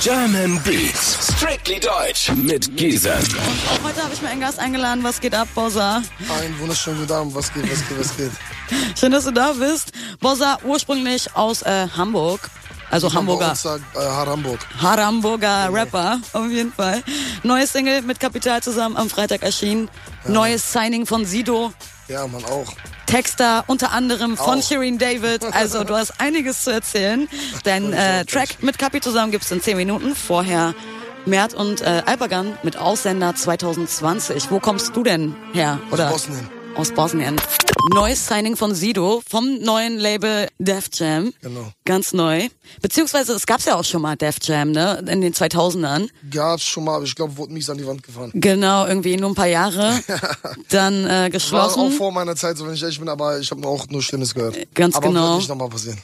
German Beats, strictly deutsch mit Giesen. Auch heute habe ich mir einen Gast eingeladen. Was geht ab, Bossa? Einen wunderschönen guten Abend. Was geht, was geht, was geht? Schön, dass du da bist. Bossa, ursprünglich aus äh, Hamburg. Also Hamburger, Sagt, äh, Har Hamburg. Haramburger Rapper, auf jeden Fall. Neue Single mit Kapital zusammen am Freitag erschienen. Neues Signing von Sido. Ja, man auch. Texter unter anderem von Auch. Shireen David. Also du hast einiges zu erzählen. Dein äh, Track mit Kapi zusammen gibt's in 10 Minuten. Vorher Mert und äh, Alpagan mit Ausländer 2020. Wo kommst du denn her? Oder? Bosnien. Aus Bosnien. Neues Signing von Sido vom neuen Label Def Jam. Genau. Ganz neu. Beziehungsweise es gab's ja auch schon mal Def Jam, ne? In den 2000ern. Gab's schon mal, aber ich glaube, wurde mies an die Wand gefahren. Genau, irgendwie nur ein paar Jahre. Dann äh, War auch geschlossen. vor meiner Zeit, so wenn ich ehrlich bin, aber ich habe auch nur Schlimmes gehört. Ganz aber genau. Wird nicht nochmal passieren.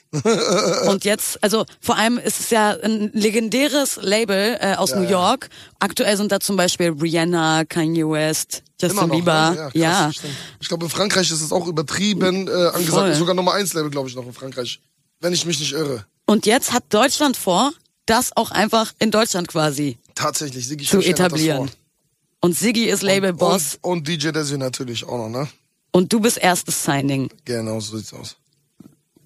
Und jetzt, also vor allem ist es ja ein legendäres Label äh, aus Ja, New ja. York. Aktuell sind da zum Beispiel Rihanna, Kanye West, Immer Justin noch, Bieber. ne? krass, ja. stimmt. Ich glaube, in Frankreich ist es auch übertrieben äh, angesagt. Voll. Sogar Nummer 1 Level, glaube ich, noch in Frankreich. Wenn ich mich nicht irre. Und jetzt hat Deutschland vor, das auch einfach in Deutschland quasi Tatsächlich, Sigi zu Schüchtern hat das etablieren. Und Siggi ist vor. Labelboss Und, und DJ Desi natürlich auch noch, ne? und, du bist erstes Signing. Genau, so sieht's aus.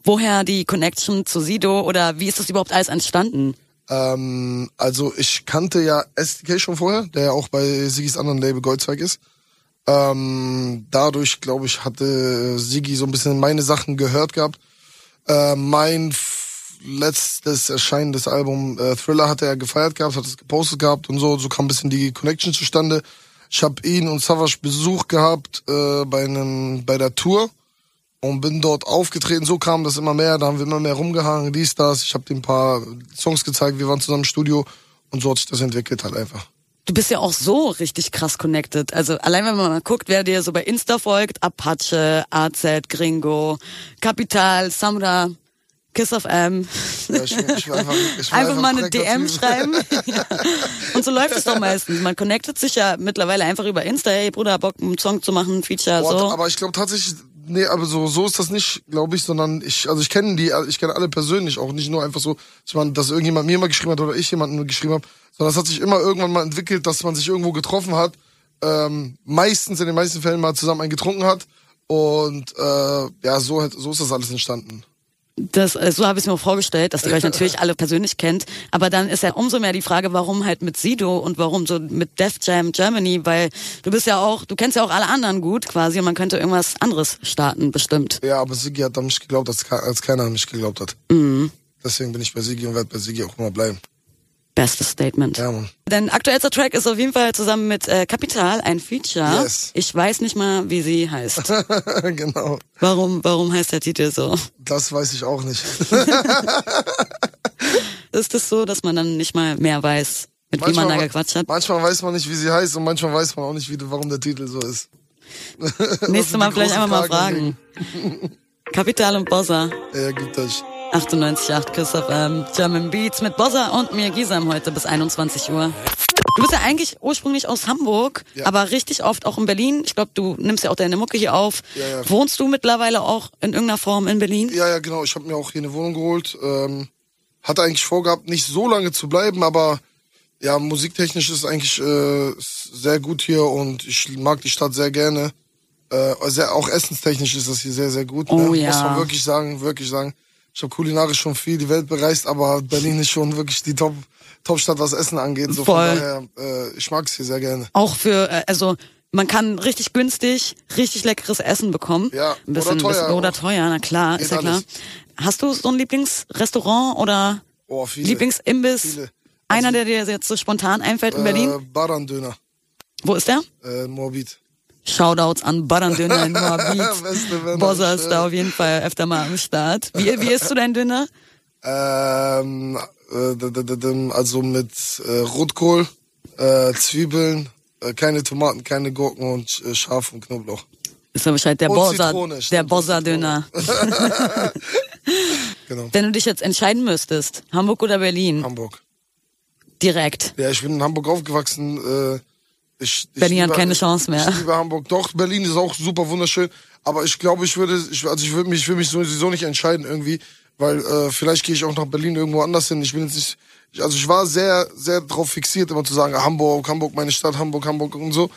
Woher die Connection zu Sido oder wie ist das überhaupt alles entstanden? Ähm, also ich kannte ja SDK schon vorher, der ja auch bei Sigis anderen Label Goldzweig ist. Ähm, dadurch, glaube ich, hatte Sigi so ein bisschen meine Sachen gehört gehabt. Äh, mein f- letztes erscheinendes Album äh, Thriller hatte er gefeiert gehabt, hat es gepostet gehabt und so. So kam ein bisschen die Connection zustande. Ich habe ihn und Savage Besuch gehabt äh, bei, einem, bei der Tour und bin dort aufgetreten. So kam das immer mehr. Da haben wir immer mehr rumgehangen, dies, das. Ich habe dem ein paar Songs gezeigt. Wir waren zusammen im Studio und so hat sich das entwickelt halt einfach. Du bist ja auch so richtig krass connected. Also allein wenn man mal guckt, wer dir so bei Insta folgt, Apache, AZ, Gringo, Kapital, Samra, Kiss of M. Ja, ich will- ich will einfach- ich einfach, will einfach mal eine korrekt DM dazu- schreiben. ja. Und so läuft es doch meistens. Man connectet sich ja mittlerweile einfach über Insta. Hey Bruder, Bock, einen Song zu machen, ein Feature, Boah, so. Aber ich glaube tatsächlich, nee, aber so, so ist das nicht, glaube ich, sondern ich, also ich kenne die, ich kenne alle persönlich, auch nicht nur einfach so, ich meine, dass irgendjemand mir mal geschrieben hat oder ich jemanden geschrieben habe, sondern das hat sich immer irgendwann mal entwickelt, dass man sich irgendwo getroffen hat, ähm, meistens in den meisten Fällen mal zusammen einen getrunken hat und äh, ja, so, hat- so ist das alles entstanden. Das, äh, so habe ich es mir auch vorgestellt, dass ihr euch natürlich alle persönlich kennt. Aber dann ist ja umso mehr die Frage, warum halt mit Sido und warum so mit Def Jam Germany, weil du bist ja auch, du kennst ja auch alle anderen gut quasi und man könnte irgendwas anderes starten, bestimmt. Ja, aber Sigi hat an mich geglaubt, als, ke- als keiner an mich geglaubt hat. Deswegen bin ich bei Sigi und werde bei Sigi auch immer bleiben. Bestes Statement. Ja, Mann. Dein aktuellster Track ist auf jeden Fall zusammen mit äh, Capital ein Feature. Yes. Ich weiß nicht mal, wie sie heißt. genau. Warum, warum heißt der Titel so? Das weiß ich auch nicht. Ist es so, dass man dann nicht mal mehr weiß, mit wem man da gequatscht hat? manchmal weiß man nicht, wie sie heißt und manchmal weiß man auch nicht, wie, warum der Titel so ist. Das Nächstes sind Mal die ne? vielleicht großen einfach mal fragen. Fragen Capital und Bossa. Ja, gibt euch. 98.8 Kiss FM, German Beats mit Bossa und mir Gisam heute bis 21 Uhr. Du bist ja eigentlich ursprünglich aus Hamburg, Ja. aber richtig oft auch in Berlin. Ich glaube, du nimmst ja auch deine Mucke hier auf. Ja, ja. Wohnst du mittlerweile auch in irgendeiner Form in Berlin? Ja, ja, genau. Ich habe mir auch hier eine Wohnung geholt. Ähm, hatte eigentlich vorgehabt, nicht so lange zu bleiben, aber ja, musiktechnisch ist eigentlich äh, sehr gut hier und ich mag die Stadt sehr gerne. Äh, sehr, auch essenstechnisch ist das hier sehr, sehr gut. Oh ne? ja. Muss man wirklich sagen, wirklich sagen. Ich habe kulinarisch schon viel die Welt bereist, aber Berlin ist schon wirklich die Top, Top-Stadt, was Essen angeht. So Voll. Von daher, äh, ich mag's hier sehr gerne. Auch für, äh, also man kann richtig günstig, richtig leckeres Essen bekommen. Ja, ein bisschen, oder teuer Bisschen, oder auch. teuer, na klar, Geht ist ja klar. alles. Hast du so ein Lieblingsrestaurant oder Oh, viele. Lieblingsimbiss? Viele. Also Einer, der dir jetzt so spontan einfällt in Äh, Berlin? Barandöner, Wo ist der? äh, Morbid. Shoutouts an Baran-Döner in Beste Moabit. Männer, Bossa ist schön. da auf jeden Fall öfter mal am Start. Wie, wie isst du dein Döner? Ähm, äh, d- d- d- d- also mit äh, Rotkohl, äh, Zwiebeln, äh, keine Tomaten, keine Gurken und äh, Schaf und Knoblauch. Ist aber halt der Und Bossa, Zitrone, der stimmt, Bossa-Döner. Genau. Wenn du dich jetzt entscheiden müsstest, Hamburg oder Berlin, Hamburg. direkt. Ja, ich bin in Hamburg aufgewachsen. Äh, ich, ich Berlin hat liebe- keine Chance mehr. Ich liebe Hamburg. Doch, Berlin ist auch super wunderschön. Aber ich glaube, ich würde, ich, also ich würde mich, ich würde mich sowieso nicht entscheiden irgendwie, Weil äh, vielleicht gehe ich auch nach Berlin irgendwo anders hin. Ich bin jetzt nicht. Ich, also ich war sehr, sehr darauf fixiert, immer zu sagen, Hamburg, Hamburg, meine Stadt, Hamburg, Hamburg und so.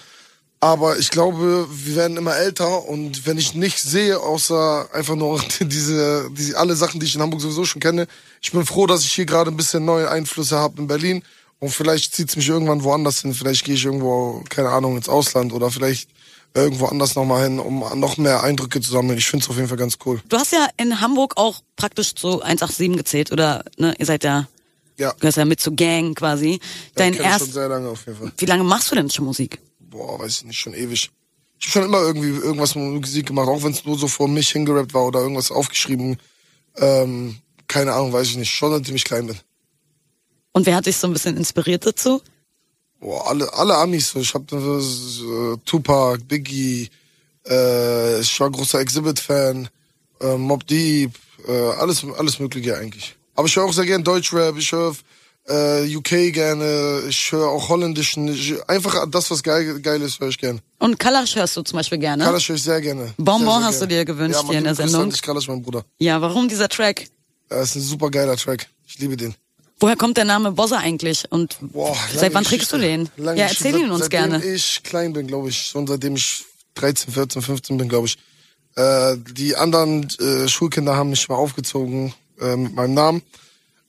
Aber ich glaube, wir werden immer älter und wenn ich nicht sehe, außer einfach nur diese, diese alle Sachen, die ich in Hamburg sowieso schon kenne, ich bin froh, dass ich hier gerade ein bisschen neue Einflüsse habe in Berlin und vielleicht zieht's mich irgendwann woanders hin. Vielleicht gehe ich irgendwo, keine Ahnung, ins Ausland oder vielleicht irgendwo anders nochmal hin, um noch mehr Eindrücke zu sammeln. Ich finde es auf jeden Fall ganz cool. Du hast ja in Hamburg auch praktisch zu 187 gezählt, oder? Ne, ihr seid ja, Ja, du gehörst ja mit zur Gang quasi. Dein kenn ich schon erst, sehr lange auf jeden Fall. wie lange machst du denn schon Musik? Boah, weiß ich nicht, schon ewig. Ich habe schon immer irgendwie irgendwas mit Musik gemacht, auch wenn es nur so vor mich hingerappt war oder irgendwas aufgeschrieben. Ähm, keine Ahnung, weiß ich nicht. Schon seitdem ich klein bin. Und wer hat dich so ein bisschen inspiriert dazu? Boah, alle, alle Amis. so. Ich habe äh, Tupac, Biggie, äh, ich war großer Exhibit-Fan, äh, Mob Deep, äh, alles, alles Mögliche eigentlich. Aber ich höre auch sehr gerne Deutschrap, ich höre äh, UK gerne, ich höre auch Holländischen. Ich, einfach das, was geil, geil ist, höre ich gerne. Und Kalasch hörst du zum Beispiel gerne? Kalasch höre ich sehr gerne. Bonbon sehr, sehr hast du dir gewünscht ja, Mann, hier in der Grüße an Sendung. dich, Kalasch, halt mein Bruder. Ja, warum dieser Track? Das ist ein super geiler Track. Ich liebe den. Woher kommt der Name Bossa eigentlich? Und Boah, seit lange wann trägst Geschichte. du den? Lange ja, Geschichte. erzähl ihn Seit- uns seitdem gerne. ich klein bin, glaube ich. Schon seitdem ich 13, 14, 15 bin, glaube ich. Äh, die anderen äh, Schulkinder haben mich mal aufgezogen äh, mit meinem Namen.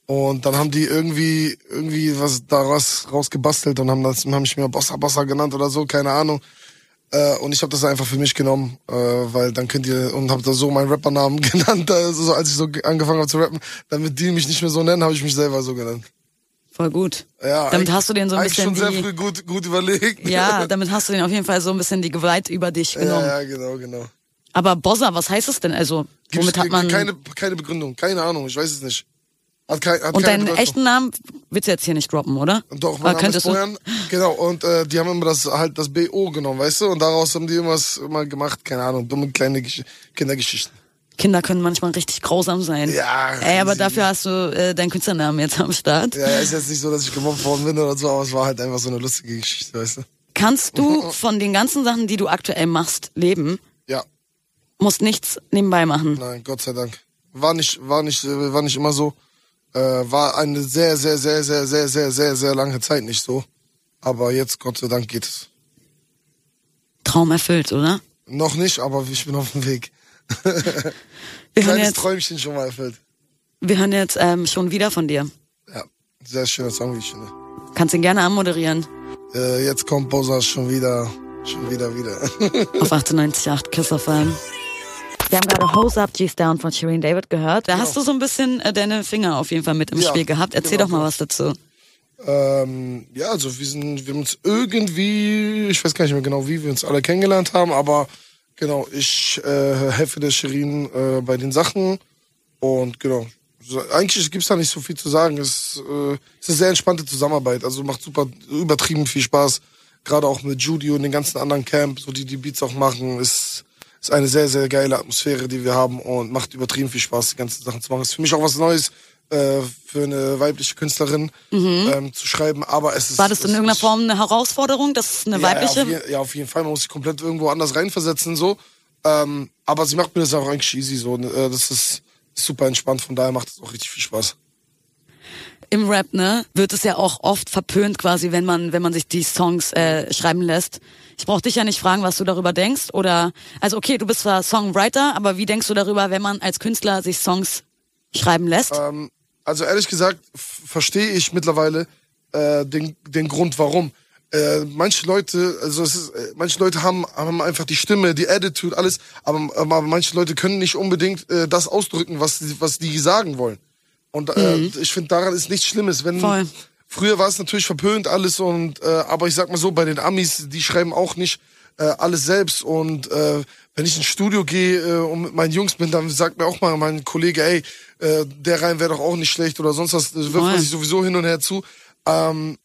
Und dann haben die irgendwie irgendwie was daraus rausgebastelt und haben, das, haben mich mir Bossa Bossa genannt oder so, keine Ahnung. Äh, und ich habe das einfach für mich genommen, äh, weil dann könnt ihr und habe da so meinen Rappernamen genannt, also so, als ich so angefangen habe zu rappen, damit die mich nicht mehr so nennen, habe ich mich selber so genannt. Voll gut. Ja, damit eigentlich- hast du den so ein eigentlich bisschen schon sehr die, früh gut, gut überlegt. ja, damit hast du den auf jeden Fall so ein bisschen die Gewalt über dich genommen. ja, ja, genau, genau. Aber Bossa, was heißt es denn? Also, Gibt's womit hat ke- man. keine, keine Begründung, keine Ahnung, ich weiß es nicht. Hat kein, hat und keine deinen Bedeutung. echten Namen willst du jetzt hier nicht droppen, oder? Doch, Oder mein Name ist könntest du? Bojan. Genau, und äh, die haben immer das halt das BO genommen, weißt du? Und daraus haben die irgendwas immer gemacht, keine Ahnung, dumme kleine Gesch Kindergeschichten. Kinder können manchmal richtig grausam sein. Ja, Ey, aber sie- dafür hast du äh, deinen Künstlernamen jetzt am Start. Ja, ist jetzt nicht so, dass ich gemobbt worden bin oder so, aber es war halt einfach so eine lustige Geschichte, weißt du? Kannst du von den ganzen Sachen, die du aktuell machst, leben? Ja, Musst nichts nebenbei machen. Nein, Gott sei Dank. War nicht, war nicht, äh, war nicht immer so. Äh, war eine sehr, sehr, sehr, sehr, sehr, sehr, sehr, sehr lange Zeit nicht so. Aber jetzt, Gott sei Dank, geht es. Traum erfüllt, oder? Noch nicht, aber ich bin auf dem Weg. Wir hören Kleines jetzt, Träumchen schon mal erfüllt. wir hören jetzt ähm, schon wieder von dir. Ja, sehr schöner Song, wie ich finde. Kannst ihn gerne anmoderieren. Äh, jetzt kommt Bosa schon wieder, schon wieder, wieder. auf 98.8 Kiss FM. Wir haben gerade Hose Up, G's Down von Shireen David gehört. Da hast du so ein bisschen äh, deine Finger auf jeden Fall mit im Ja, Spiel gehabt. Erzähl genau, doch mal was dazu. Ähm, ja, also wir sind, wir haben uns irgendwie, ich weiß gar nicht mehr genau, wie wir uns alle kennengelernt haben, aber genau, ich äh, helfe der Shirin äh, bei den Sachen und genau. So, Eigentlich gibt's da nicht so viel zu sagen. Es, äh, es ist eine sehr entspannte Zusammenarbeit, also macht super übertrieben viel Spaß. Gerade auch mit Judy und den ganzen anderen Camp, so die die Beats auch machen, ist, ist eine sehr, sehr geile Atmosphäre, die wir haben und macht übertrieben viel Spaß, die ganzen Sachen zu machen. Ist für mich auch was Neues, äh, für eine weibliche Künstlerin ähm, zu schreiben, aber es ist... Mhm. War das in es- irgendeiner ich- Form eine Herausforderung, dass es eine weibliche? ja, ja, auf, je, ja, auf jeden Fall. Man muss sich komplett irgendwo anders reinversetzen, so. Ähm, aber sie macht mir das auch eigentlich easy, so. ne, äh, Das ist super entspannt, von daher macht es auch richtig viel Spaß. Im Rap, ne, wird es ja auch oft verpönt quasi, wenn man, wenn man sich die Songs äh, schreiben lässt. Ich brauche dich ja nicht fragen, was du darüber denkst. Oder, also okay, du bist zwar Songwriter, aber wie denkst du darüber, wenn man als Künstler sich Songs schreiben lässt? Ähm, also ehrlich gesagt f- verstehe ich mittlerweile äh, den, den Grund, warum. Äh, manche Leute, also es ist, äh, manche Leute haben, haben einfach die Stimme, die Attitude, alles, aber, aber manche Leute können nicht unbedingt äh, das ausdrücken, was, sie- was die sagen wollen. Und äh, ich finde, daran ist nichts Schlimmes, wenn Mhm. Voll. früher war es natürlich verpönt alles und äh, aber ich sag mal so, bei den Amis, die schreiben auch nicht äh, alles selbst und äh, wenn ich ins Studio gehe äh, und mit meinen Jungs bin, dann sagt mir auch mal mein Kollege, ey, äh, der Reim wäre doch auch nicht schlecht oder sonst was, das wirft Voll. man sich sowieso hin und her zu. Ähm,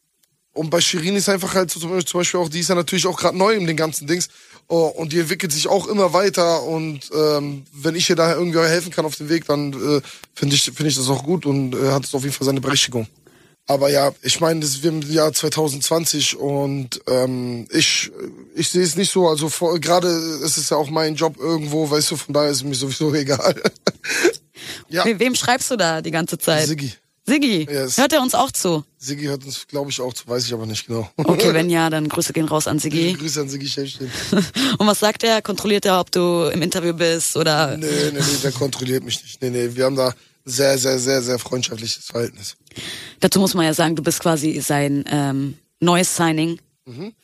und bei Shirin ist einfach halt so zum Beispiel- zum Beispiel auch, die ist ja natürlich auch gerade neu in den ganzen Dings. Oh, und die entwickelt sich auch immer weiter. Und ähm, wenn ich ihr da irgendwie helfen kann auf dem Weg, dann äh, finde ich, finde ich das auch gut und äh, hat es auf jeden Fall seine Berechtigung. Aber ja, ich meine, das- wir im Jahr 2020 und ähm, ich, ich sehe es nicht so. Also vor- gerade ist es ja auch mein Job irgendwo, weißt du, von daher ist es mir sowieso egal. Ja. We wem schreibst du da die ganze Zeit? Siggi. Siggi, Yes. hört er uns auch zu? Siggi hört uns, glaube ich, auch zu, weiß ich aber nicht genau. Okay, wenn ja, dann Grüße gehen raus an Siggi. Grüße an Siggi Schäfchen. Und was sagt er? Kontrolliert er, ob du im Interview bist oder? Nee, nee, nee, der kontrolliert mich nicht. Nee, nee, wir haben da sehr, sehr, sehr, sehr freundschaftliches Verhältnis. Dazu muss man ja sagen, du bist quasi sein ähm, neues Signing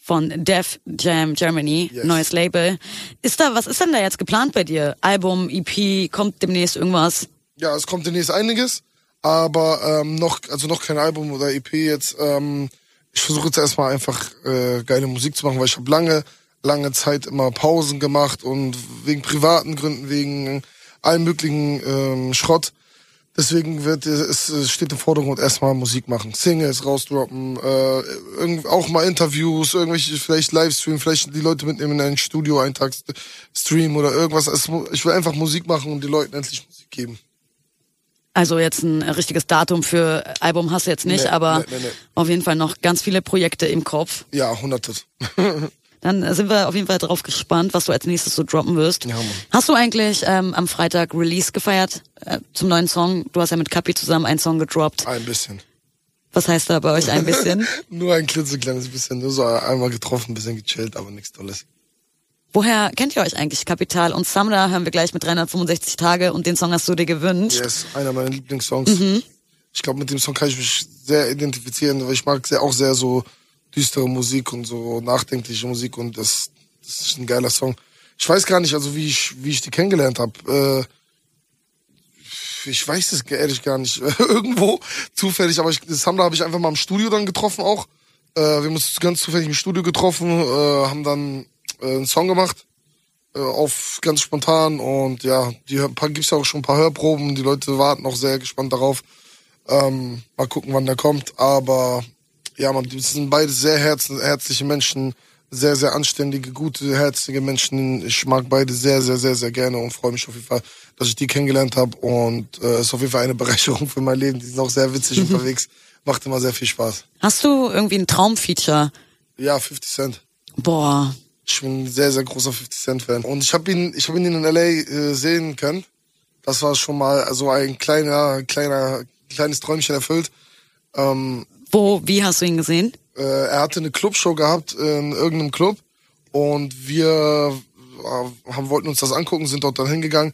von Def Jam Germany, Mhm. Yes. neues Label. Ist da, was ist denn da jetzt geplant bei dir? Album, EP, kommt demnächst irgendwas? Ja, es kommt demnächst einiges, aber ähm, noch, also noch kein Album oder EP jetzt. Ähm, ich versuche jetzt erstmal einfach äh, geile Musik zu machen, weil ich habe lange, lange Zeit immer Pausen gemacht und wegen privaten Gründen, wegen allem möglichen ähm, Schrott. Deswegen wird äh, es es steht im Vordergrund erstmal Musik machen, Singles rausdroppen, äh, irgend, auch mal Interviews, irgendwelche vielleicht Livestream, vielleicht die Leute mitnehmen in ein Studio einen Tag st- streamen oder irgendwas. Es, mu- ich will einfach Musik machen und den Leuten endlich Musik geben. Also jetzt ein richtiges Datum für Album hast du jetzt nicht, Nee, aber nee, nee, nee. auf jeden Fall noch ganz viele Projekte im Kopf. Ja, hunderte. Dann äh, sind wir auf jeden Fall drauf gespannt, was du als nächstes so droppen wirst. Ja, Mann. hast du eigentlich ähm, am Freitag Release gefeiert äh, zum neuen Song? Du hast ja mit Kapi zusammen einen Song gedroppt. Ein bisschen. Was heißt da bei euch ein bisschen? Nur ein klitzekleines bisschen. Nur so einmal getroffen, ein bisschen gechillt, aber nichts Tolles. Woher kennt ihr euch eigentlich? Kapital und Samra hören wir gleich mit 365 Tage und den Song hast du dir gewünscht. Yes, einer meiner Lieblingssongs. Ich glaube, mit dem Song kann ich mich sehr identifizieren, weil ich mag sehr, auch sehr so düstere Musik und so nachdenkliche Musik und das, das ist ein geiler Song. Ich weiß gar nicht, also wie ich, wie ich die kennengelernt habe. Äh, ich weiß es ehrlich gar nicht. Irgendwo zufällig, aber ich, das Hamda habe ich einfach mal im Studio dann getroffen auch. Äh, wir haben uns ganz zufällig im Studio getroffen, äh, haben dann äh, einen Song gemacht äh, auf ganz spontan und ja, die hör- paar- gibt's ja auch schon ein paar Hörproben, die Leute warten auch sehr gespannt darauf. Ähm, mal gucken, wann der kommt, aber ja, man, das sind beide sehr herz herzliche Menschen, sehr, sehr anständige, gute, herzige Menschen. Ich mag beide sehr, sehr, sehr, sehr gerne und freue mich auf jeden Fall, dass ich die kennengelernt habe und äh, ist auf jeden Fall eine Bereicherung für mein Leben. Die sind auch sehr witzig unterwegs, macht immer sehr viel Spaß. Hast du irgendwie ein Traumfeature? Ja, 50 Cent. Boah, Ich bin ein sehr, sehr großer 50 Cent Fan. Und ich habe ihn, ich habe ihn in LA äh, sehen können. Das war schon mal also ein kleiner, kleiner, kleines Träumchen erfüllt. wo, wie hast du ihn gesehen? Äh, er hatte eine Clubshow gehabt äh, in irgendeinem Club und wir äh, haben, wollten uns das angucken, sind dort dann hingegangen.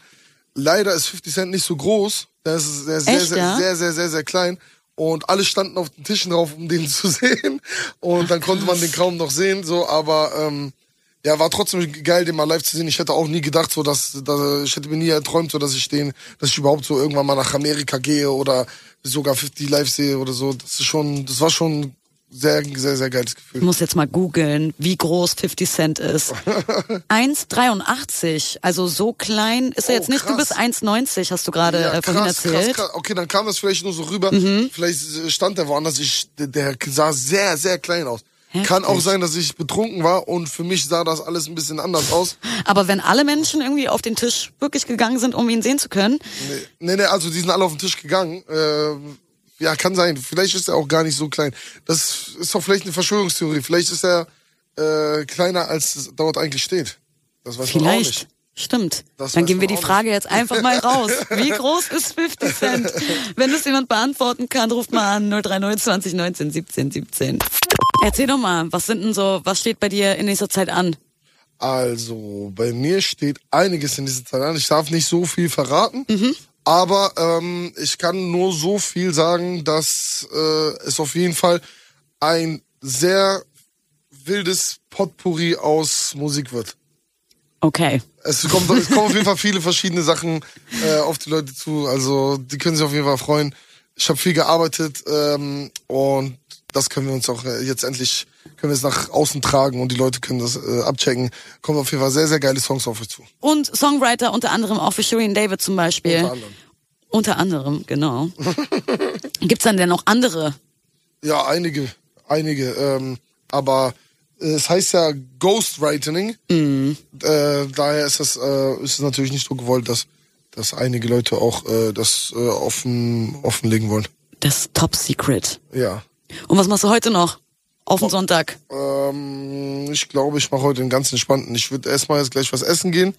Leider ist 50 Cent nicht so groß. Der ist sehr, sehr, Echt, sehr, ja? sehr, sehr, sehr, sehr klein. Und alle standen auf den Tischen drauf, um den zu sehen. Und dann konnte man den kaum noch sehen, so, aber ähm, ja, war trotzdem geil, den mal live zu sehen. Ich hätte auch nie gedacht, so dass, dass ich hätte mir nie erträumt, so dass ich den, dass ich überhaupt so irgendwann mal nach Amerika gehe oder sogar 50 live sehe oder so. Das ist schon, das war schon sehr, sehr, sehr geiles Ich Gefühl. muss jetzt mal googeln, wie groß 50 Cent ist. 1,83, also so klein ist er Oh, jetzt nicht. Du krass. bist 1,90, hast du gerade Ja, äh, vorhin erzählt. Mhm. Okay, dann kam das vielleicht nur so rüber. Vielleicht stand der woanders. Ich, der, der sah sehr, sehr klein aus. Heftig. Kann auch sein, dass ich betrunken war und für mich sah das alles ein bisschen anders aus. Aber wenn alle Menschen irgendwie auf den Tisch wirklich gegangen sind, um ihn sehen zu können, Nee, nee, also die sind alle auf den Tisch gegangen. Ähm, ja, kann sein. Vielleicht ist er auch gar nicht so klein. Das ist doch vielleicht eine Verschwörungstheorie. Vielleicht ist er äh, kleiner, als es dort eigentlich steht. Das weiß man auch Vielleicht. nicht. Stimmt. Das Dann weiß geben wir man die auch Frage jetzt einfach mal raus. Wie groß ist 50 Cent? Wenn es jemand beantworten kann, ruft mal an 030 20 19 17 17. Erzähl doch mal, was sind denn so, was steht bei dir in nächster Zeit an? Also, bei mir steht einiges in dieser Zeit an. Ich darf nicht so viel verraten, aber ähm, ich kann nur so viel sagen, dass äh, es auf jeden Fall ein sehr wildes Potpourri aus Musik wird. Okay. Es, kommt, es kommen auf jeden Fall viele verschiedene Sachen äh, auf die Leute zu. Also die können sich auf jeden Fall freuen. Ich habe viel gearbeitet ähm, und das können wir uns auch äh, jetzt endlich können wir es nach außen tragen und die Leute können das äh, abchecken. Kommen auf jeden Fall sehr sehr geile Songs auf euch zu. Und Songwriter unter anderem auch für Shirin David zum Beispiel. Unter anderem. Unter anderem, genau. Gibt's dann denn noch andere? Ja, einige, einige. Ähm, aber äh, es heißt ja Ghostwriting. Äh, daher ist es, äh, ist es natürlich nicht so gewollt, dass dass einige Leute auch äh, das äh, offen offenlegen wollen. Das ist Top Secret. Ja. Und was machst du heute noch? Auf den Sonntag. Ähm, ich glaube, ich mache heute einen ganz entspannten. Ich würde erstmal jetzt gleich was essen gehen.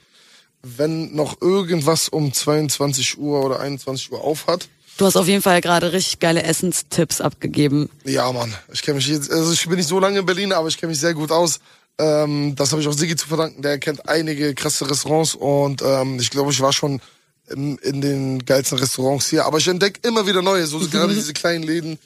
wenn noch irgendwas um 22 Uhr oder 21 Uhr auf hat. Du hast auf jeden Fall gerade richtig geile Essenstipps abgegeben. Ja, Mann, ich kenne mich jetzt, also ich bin nicht so lange in Berlin, aber ich kenne mich sehr gut aus. Ähm, das habe ich auch Sigi zu verdanken, der kennt einige krasse Restaurants und ähm, ich glaube, ich war schon in, in den geilsten Restaurants hier. Aber ich entdecke immer wieder neue, so gerade diese kleinen Läden.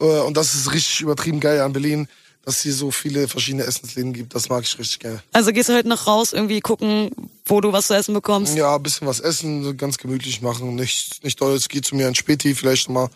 Äh, und das ist richtig übertrieben geil an Berlin, dass hier so viele verschiedene Essensläden gibt. Das mag ich richtig gerne. Also gehst du heute noch raus, irgendwie gucken, wo du was zu essen bekommst. Ja, ein bisschen was essen, so ganz gemütlich machen, nicht, nicht doll, es geht zu mir ein Späti vielleicht mal.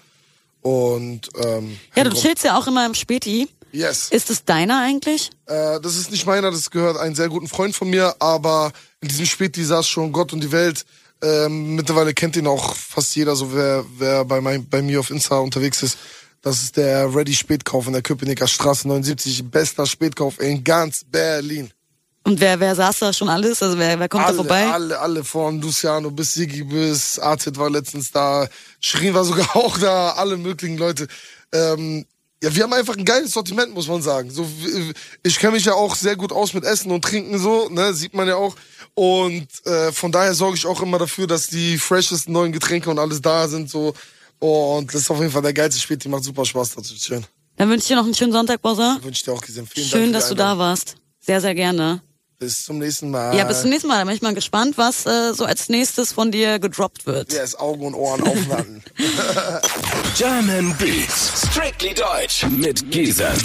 Und ähm, Ja, du Heimkommen. chillst ja auch immer im Späti. Yes. Ist es deiner eigentlich? Äh, das ist nicht meiner, das gehört einem sehr guten Freund von mir, aber in diesem Späti saß schon Gott und die Welt. Ähm, mittlerweile kennt ihn auch fast jeder, so wer, wer bei, mein, bei mir auf Insta unterwegs ist. Das ist der Ready Spätkauf in der Köpenicker Straße 79, bester Spätkauf in ganz Berlin. Und wer, wer saß da schon alles? Also wer, wer kommt alle, da vorbei? alle, alle von Luciano bis Sigi bis Artit war letztens da, Shirin war sogar auch da, alle möglichen Leute. Ähm, ja, wir haben einfach ein geiles Sortiment, muss man sagen. So, w- ich kenne mich ja auch sehr gut aus mit Essen und Trinken so, ne, sieht man ja auch. Und äh, von daher sorge ich auch immer dafür, dass die freshesten neuen Getränke und alles da sind so. Und das ist auf jeden Fall der geilste Spiel, die macht super Spaß, das ist schön. Dann wünsche ich dir noch einen schönen Sonntag, Bossa. Wünsche ich dir auch gesehen. Vielen Dank Schön, für dass die du da Einladung. warst. Sehr, sehr gerne. Bis zum nächsten Mal. Ja, bis zum nächsten Mal. Da bin ich mal gespannt, was äh, so als nächstes von dir gedroppt wird. Yes, Augen und Ohren aufwarten. German Beats. Strictly Deutsch. Mit Giesern.